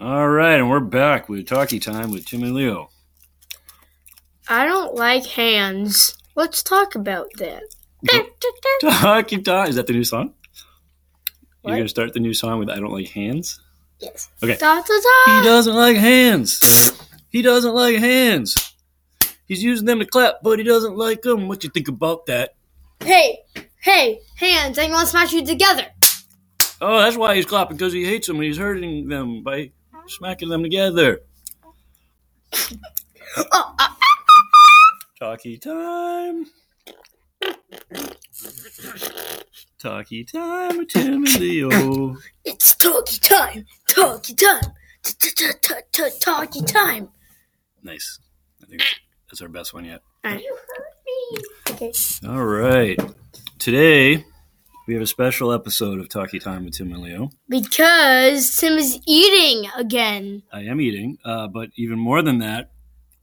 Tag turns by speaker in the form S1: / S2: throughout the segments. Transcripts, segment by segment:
S1: All right, and we're back with Talkie Time with Tim and Leo.
S2: I don't like hands. Let's talk about that.
S1: Talkie Time. Is that the new song?
S2: What?
S1: You're going to start the new song with I Don't Like Hands?
S2: yes.
S1: Okay.
S2: Da, da,
S1: He
S2: da.
S1: doesn't like hands. He doesn't like hands. He's using them to clap, but he doesn't like them. What you think about that?
S2: Hey, hey, hands! I'm gonna smash you together.
S1: Oh, that's why he's clapping because he hates them and he's hurting them by smacking them together.
S2: Oh, uh,
S1: Talkie time. Talkie time with Tim and Leo.
S2: it's talkie time. Talkie time. Ta- ta- ta- ta- ta- Talkie time.
S1: Nice. I think that's our best one yet.
S2: You heard me. Okay.
S1: All right. Today, we have a special episode of Talkie Time with Tim and Leo.
S2: Because Tim is eating again.
S1: I am eating, uh, but even more than that,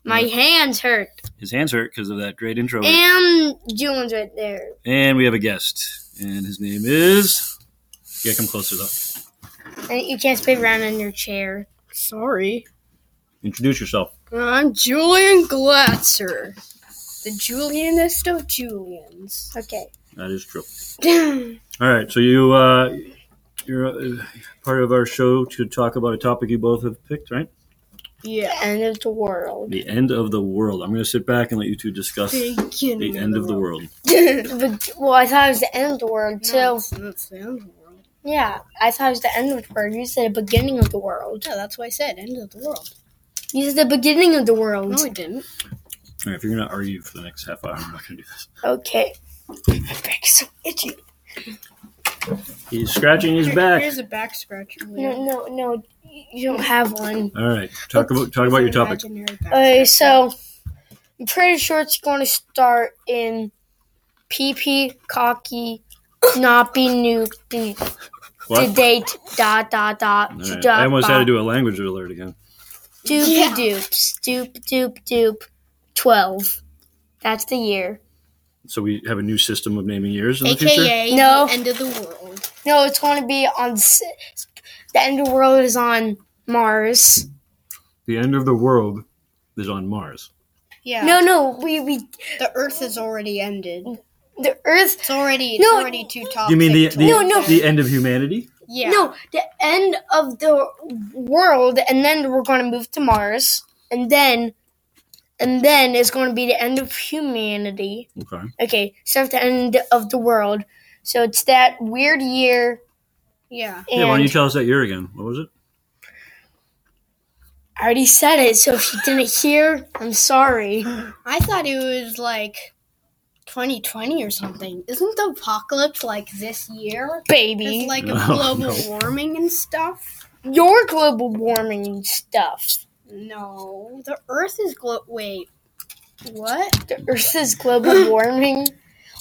S2: My hands hurt.
S1: his hands hurt because of that great intro.
S2: And June's right there.
S1: And we have a guest, and his name is. Yeah, come closer though.
S2: And you can't spin around in your chair. Sorry.
S1: Introduce yourself.
S2: I'm Julian Glatzer. The Julianest of Julians. Okay.
S1: That is true. All right, so you uh, you're uh, part of our show to talk about a topic you both have picked, right?
S2: yeah. End of the world.
S1: The end of the world. I'm going to sit back and let you two discuss the
S2: Beginning.
S1: end of the world.
S2: Beg- well, I thought it was the end of the world, too.
S3: That's the end of the world.
S2: Yeah, I thought it was the end of the world. You said the beginning of the world.
S3: Yeah, that's what I said. End of the world.
S2: You said the beginning of the world.
S3: No, I didn't.
S1: All right, if you're going to argue for the next half hour, I'm not going to do this.
S2: Okay. My back's so itchy.
S1: He's scratching his
S3: Here-
S1: back.
S3: Here's a back scratch.
S2: No, no, no. You don't have one.
S1: All right, talk about talk about your topic.
S2: Okay, so I'm pretty sure it's going to start in pee pee cocky knoppy noopy to
S1: What?
S2: date dot dot dot.
S1: All right, I almost had to do a language alert again.
S2: Doop doops doop doop doop twelve. That's the year.
S1: So we have a new system of naming years in the future.
S3: AKA
S2: No.
S3: the end of the world.
S2: No, it's going to be on s- the end of the world is on Mars.
S1: The end of the world is on Mars.
S3: Yeah.
S2: No, no, we we
S3: The Earth has already ended.
S2: the Earth
S3: It's already. It's
S2: No,
S3: already too toxic.
S1: You mean the
S3: to-
S1: the,
S2: No, no.
S1: the end of humanity?
S3: yeah.
S2: No, the end of the world, and then we're going to move to Mars, and then, and then it's going to be the end of humanity.
S1: Okay.
S2: Okay, so it's the end of the world. So it's that weird year.
S3: Yeah.
S2: And
S1: yeah, why don't you tell us that year again? What was it?
S2: I already said it, so if you didn't hear, I'm sorry.
S3: I thought it was like 2020 or something. Isn't the apocalypse like this year?
S2: Baby,
S3: It's like a
S1: No,
S3: global
S1: no.
S3: warming and stuff.
S2: your global warming stuff.
S3: No, the Earth is glo. Wait, what?
S2: The Earth is global warming.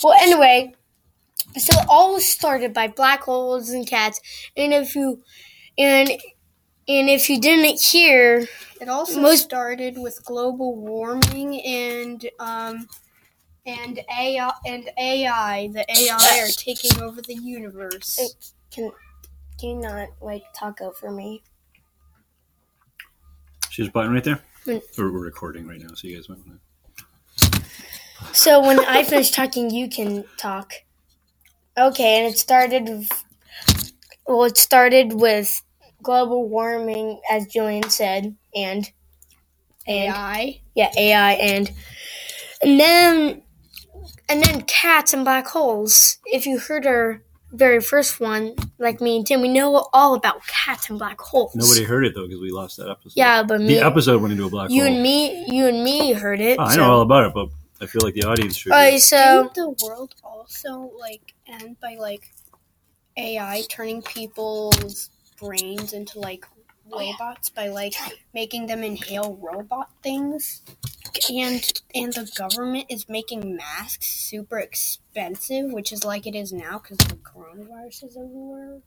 S2: Well, anyway, so it all started by black holes and cats. And if you, and and if you didn't hear,
S3: It also
S2: Most-
S3: started with global warming and um and AI and AI. The AI are taking over the universe.
S2: can can you not like talk over me?
S1: See this button right there?
S2: Mm.
S1: Or we're recording right now, so you guys might want
S2: So when I finish talking, you can talk. Okay, and it started. with- Well, it started with global warming, as Julian said, and and
S3: AI.
S2: yeah, AI, and and then and then cats and black holes. If you heard our very first one, like me and Tim, we know all about cats and black holes.
S1: to. Nobody heard it though because we lost that episode.
S2: Yeah, but me,
S1: The episode went into a black
S2: you
S1: hole.
S2: and me, you and me heard it.
S1: Oh, I
S2: so.
S1: know all about it, but I feel like the audience should.
S2: Alright, so
S3: Didn't the world also like end by like AI turning people's brains into like robots by like making them inhale robot things? And and the government is making masks super expensive, which is like it is now because the coronavirus is everywhere.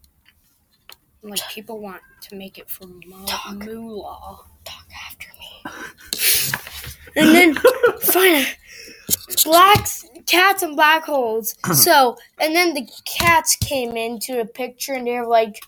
S3: And, like people want to make it for mo- moolah.
S2: talk after me. and then finally, blacks, cats, and black holes. so, and then the cats came into the picture, and they're like,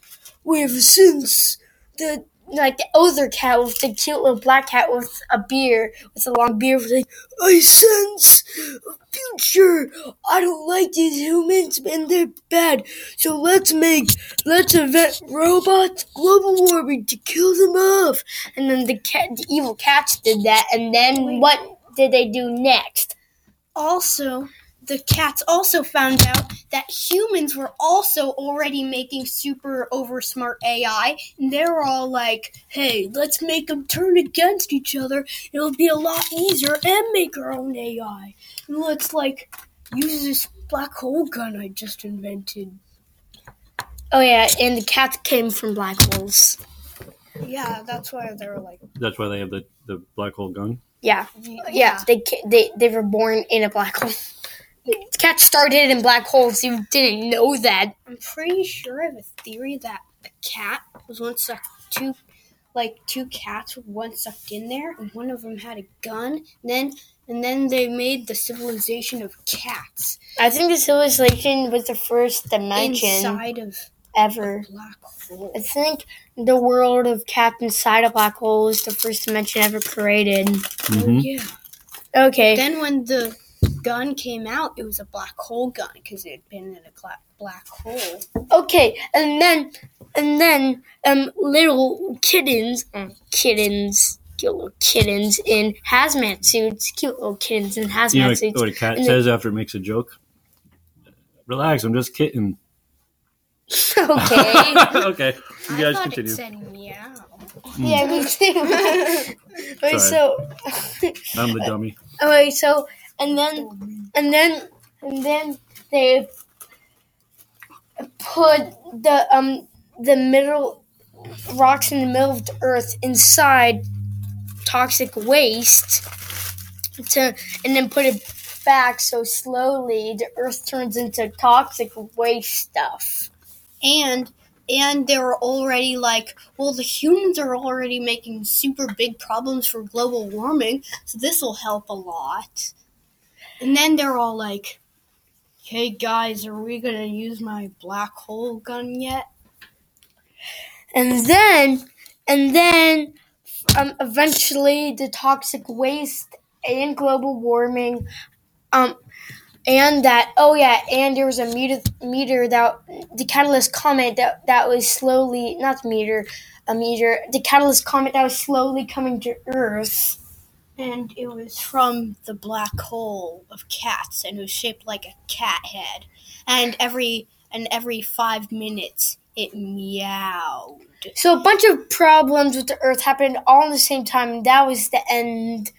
S2: "We have since the like the other cat with the cute little black cat with a beard, with a long beard, was like, I sense a future. I don't like these humans and they're bad. So let's make, let's invent robots, global warming to kill them off. And then the cat, the evil cats did that. And then what did they do next?
S3: Also, the cats also found out that humans were also already making super over smart AI, and they were all like, "Hey, let's make them turn against each other. It'll be a lot easier and make our own AI. And let's like use this black hole gun I just invented."
S2: Oh yeah, and the cats came from black holes.
S3: Yeah, that's why they were like,
S1: That's why they have the, the black hole gun.
S2: Yeah, yeah, they ca- they they were born in a black hole. Cats started in black holes. You didn't know that.
S3: I'm pretty sure I have a theory that a cat was once sucked two, like two cats were once sucked in there, and one of them had a gun. And then and then they made the civilization of cats
S2: I think the civilization was the first dimension
S3: inside of
S2: ever.
S3: black
S2: I
S3: hole.
S2: think the world of cats inside a black hole is the first dimension ever created.
S1: Mm-hmm.
S3: Yeah.
S2: Okay.
S3: Then when the gun came out, it was a black hole gun because it had been in a gla- black hole.
S2: Okay, and then and then um little kittens, um, kittens, cute little kittens in hazmat suits, cute little kittens in hazmat
S1: You know what,
S2: suits.
S1: what a cat
S2: And
S1: says after it makes a joke? Relax, I'm just kidding.
S2: okay,
S1: okay, you
S3: I
S1: guys
S3: thought
S1: continue.
S3: it said meow.
S2: yeah, me too. Wait, so
S1: I'm the dummy.
S2: okay, so and then and then and then they put the um the middle rocks in the middle of the earth inside toxic waste to and then put it back so slowly the earth turns into toxic waste stuff.
S3: and and they were already like, well, the humans are already making super big problems for global warming, so this will help a lot. And then they're all like, hey guys, are we gonna use my black hole gun yet?
S2: And then and then um, eventually the toxic waste and global warming um and that oh yeah and there was a meter meter that the catalyst comet that that was slowly not meter a meter the catalyst comet that was slowly coming to earth
S3: And it was from the black hole of cats, and it was shaped like a cat head. And every and every five minutes, it meowed.
S2: so a bunch of problems with the earth happened all at the same time and that was the end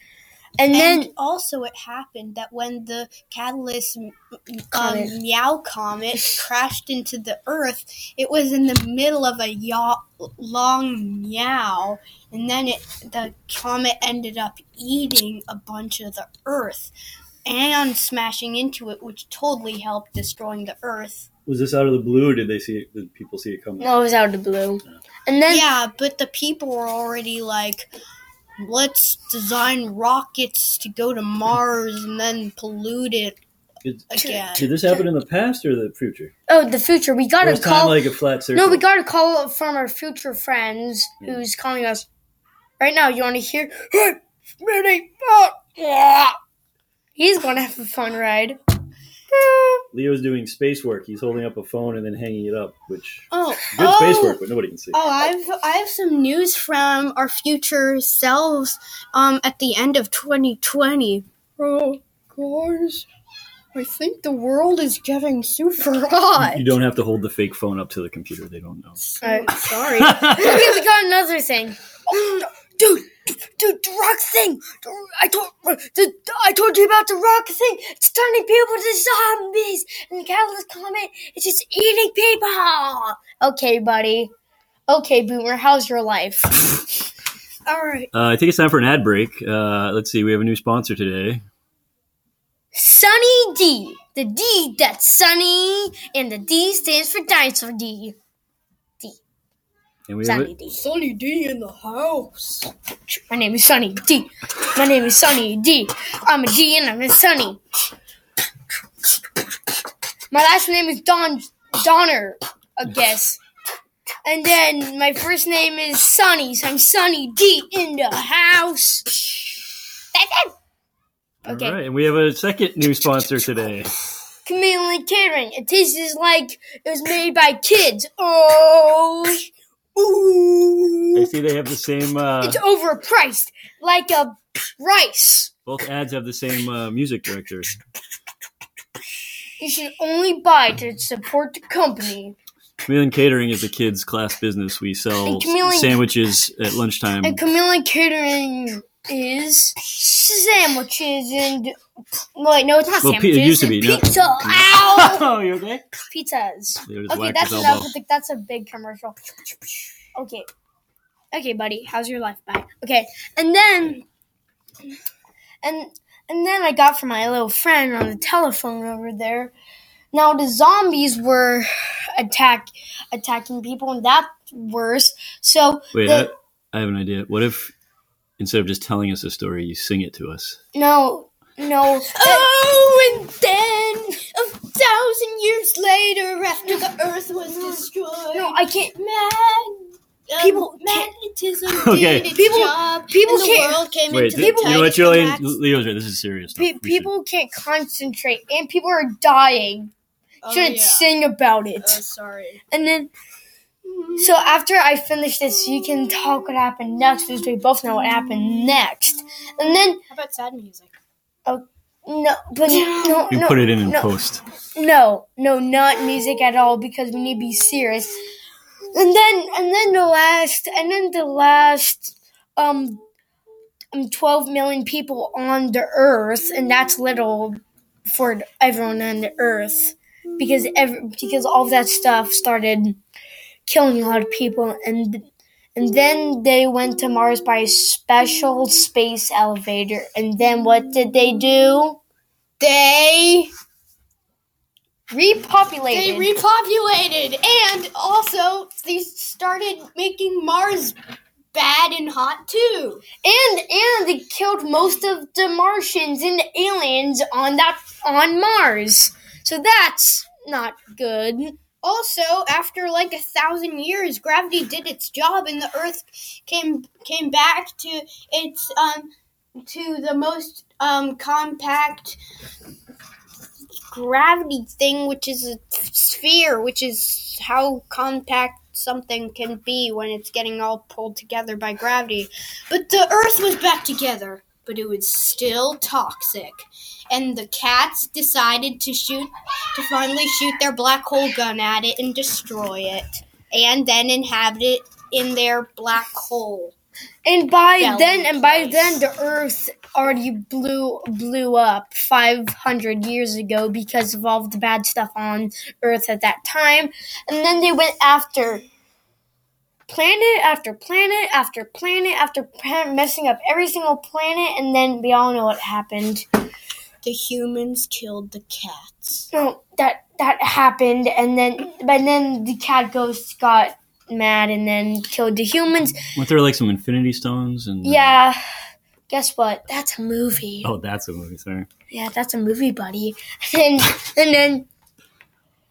S2: and then
S3: And also, it happened that when the catalyst m- m-
S2: Comet.
S3: Um, meow comet crashed into the Earth, it was in the middle of a yaw- long meow, and then it, the comet ended up eating a bunch of the Earth and smashing into it, which totally helped destroying the Earth.
S1: Was this out of the blue, or did they see it? Did people see it coming?
S2: no it was out of the blue and then
S3: Yeah, but the people were already like, let's design rockets to go to Mars and then pollute it
S1: Did,
S3: again.
S1: did this happen in the past or the future?
S2: oh the future we got
S1: Or
S2: a
S1: is time
S2: call
S1: like a flat circle?
S2: No, we got a call from our future friends who's calling us right now. You want to hear? Hey, Smitty, oh, yeah. He's going to have a fun ride.
S1: Leo's doing space work. He's holding up a phone and then hanging it up, which
S3: Oh,
S1: good
S3: oh,
S1: space work, but nobody can see.
S2: uh,
S3: Oh, I've I have some news from our future selves. Um, at the end of 2020. Oh, guys, I think the world is getting super hot.
S1: You don't have to hold the fake phone up to the computer. They don't know.
S2: All right.
S3: Sorry.
S2: Okay, we got another thing. Dude, dude, the rock thing. I told, the, I told you about the rock thing. It's turning people to zombies. And the catalyst comet is just eating people. Okay, buddy. Okay, Boomer, how's your life?
S3: All right.
S1: Uh, I think it's time for an ad break. Uh, let's see. We have a new sponsor today.
S2: Sunny D. The D that's sunny, and the D stands for dinosaur D.
S1: And we have
S2: Sunny
S1: it.
S2: D.
S3: Sunny D in the house.
S2: My name is Sunny D. My name is Sunny D. I'm a D and I'm a Sunny. My last name is Don Donner, I guess. And then my first name is Sunny, so I'm Sunny D in the house. That's it. Okay.
S1: All right, and we have a second new sponsor today.
S2: Chameleon Catering. It tastes like it was made by kids. Oh,
S1: I
S2: ooh.
S1: see they have the same. Uh,
S2: It's overpriced, like a rice.
S1: both ads have the same uh, music director.
S2: You should only buy to support the company.
S1: Chameleon Catering is a kids' class business. We sell
S2: And Chameleon-
S1: sandwiches at lunchtime.
S2: And Chameleon Catering is sandwiches and wait, no, it's not
S1: Well,
S2: sandwiches.
S1: pi- it used to be,
S2: it's
S1: no.
S2: pizza. Ow!
S1: oh, you okay?
S2: Pizzas.
S1: Leo just
S2: Okay,
S1: whacked
S2: that's
S1: his
S2: enough.
S1: elbow.
S2: I think that's a big commercial. Okay. Okay, buddy. How's your life? Bye. Okay. And then and and then I got from my little friend on the telephone over there. Now the zombies were attack attacking people and that's worse. So
S1: Wait,
S2: the-
S1: I, I have an idea. What if instead of just telling us a story, you sing it to us?
S2: No, no.
S3: Oh, and then a thousand years later, after the Earth was destroyed,
S2: No, I can't.
S3: man,
S2: People can't-
S3: magnetism
S1: Okay.
S3: did its
S2: People-
S3: job.
S2: people
S3: and the
S2: can't-
S3: world came
S1: Wait,
S3: into
S1: th-
S3: the
S1: you know what,
S3: tiny
S1: Julian?
S3: collapse.
S1: Leo's right. This is serious. stuff.
S2: Pe-
S1: We should-
S2: people can't concentrate, and people are dying.
S3: Oh,
S2: Shouldn't
S3: yeah.
S2: sing about it.
S3: Oh, sorry.
S2: and then, so after I finish this, you can talk what happened next, because we both know what happened next. And then,
S3: How about sad music?
S2: no, but no,
S1: You
S2: no,
S1: put it in in
S2: no,
S1: post.
S2: No, no, not music at all because we need to be serious. And then, and then the last, and then the last, um, um, twelve million people on the Earth, and that's little for everyone on the Earth because every, because all of that stuff started killing a lot of people, and and then they went to Mars by a special space elevator, and then what did they do? They repopulated.
S3: They repopulated, and also they started making Mars bad and hot too.
S2: and and they killed most of the Martians and the aliens on that on Mars. So that's not good.
S3: Also, after like a thousand years, gravity did its job, and the Earth came came back to its um to the most um compact gravity thing, which is a sphere, which is how compact something can be when it's getting all pulled together by gravity. But the Earth was back together, but it was still toxic, and the cats decided to shoot to finally shoot their black hole gun at it and destroy it, and then inhabit it in their black hole.
S2: And by
S3: Yeah,
S2: then and by
S3: nice.
S2: then the Earth already blew blew up five hundred years ago because of all of the bad stuff on Earth at that time. And then they went after planet after planet after planet after planet, messing up every single planet. And then we all know what happened.
S3: The humans killed the cats.
S2: no, that that happened, and then but then the cat ghost got mad and then killed the humans.
S1: Weren't there like some Infinity Stones and? uh,
S2: Yeah, guess what? That's a movie.
S1: oh, that's a movie. Sorry.
S2: Yeah, that's a movie, buddy. And and then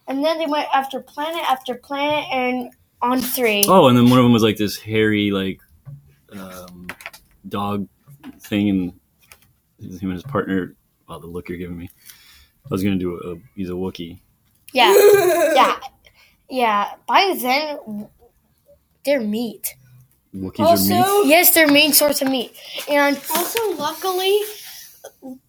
S2: and then they went after planet after planet and on three.
S1: Oh, and then one of them was like this hairy like um, dog thing, and him and his partner. Wow, the look you're giving me. I was gonna do a. He's a Wookiee.
S2: Yeah, yeah, yeah. By then, they're meat.
S1: Wookiees are meat.
S3: Also,
S2: Yes, they're main source of meat. And
S3: also luckily,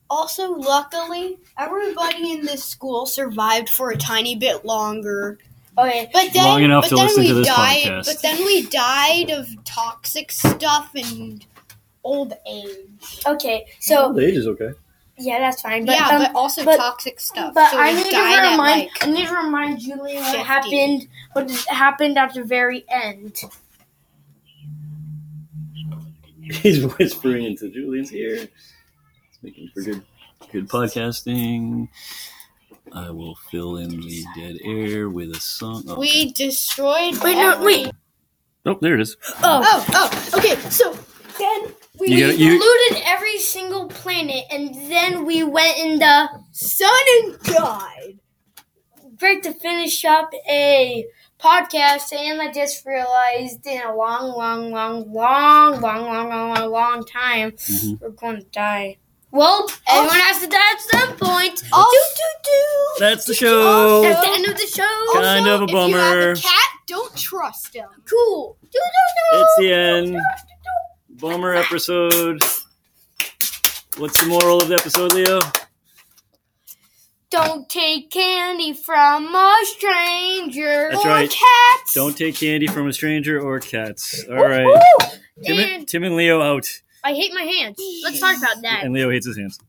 S3: also luckily, everybody in this school survived for a tiny bit longer.
S2: okay,
S3: But then,
S1: Long enough
S3: but
S1: to
S3: then
S1: listen
S3: we
S1: to this
S3: died,
S1: podcast.
S3: But then we died of toxic stuff and old age.
S2: okay. So
S1: Oh, the age is okay.
S2: yeah, that's fine. But,
S3: yeah,
S2: um,
S3: but also
S2: but-
S3: toxic stuff.
S2: But
S3: so
S2: I
S3: we
S2: need
S3: died
S2: to
S3: at,
S2: remind
S3: like,
S2: I need to remind Julian what
S3: 50.
S2: happened what happened at the very end.
S1: He's whispering into Julian's ear. It's making for good, good podcasting. I will fill in the dead air with a song. Oh, okay.
S3: We destroyed.
S2: Wait, no,
S3: every-
S2: wait.
S1: oh there it is.
S2: Oh,
S3: Oh, oh, okay. So then we
S1: You got it?
S2: we polluted every single planet and then we went in the
S3: sun and died.
S2: break to finish up a podcast, and I just realized in a long, long, long, long, long, long, long, long, long time,
S1: Mhm.
S2: we're going to die. Well, everyone has to die at some point. Oh, do,
S1: That's the
S2: do, do.
S1: show.
S2: At the end of the show.
S1: Kind of a
S3: if you have
S1: bummer.
S3: a cat, don't trust him.
S2: Cool. Do, do, do.
S1: It's the end. Bummer episode. What's the moral of the episode, Leo?
S2: Don't take candy from a stranger
S1: That's
S2: or
S1: right.
S2: cats.
S1: Don't take candy from a stranger or cats. All right.
S2: Woo!
S1: Tim,
S2: And
S1: Tim and Leo out.
S2: I hate my hands. Let's talk about that.
S1: And Leo hates his hands.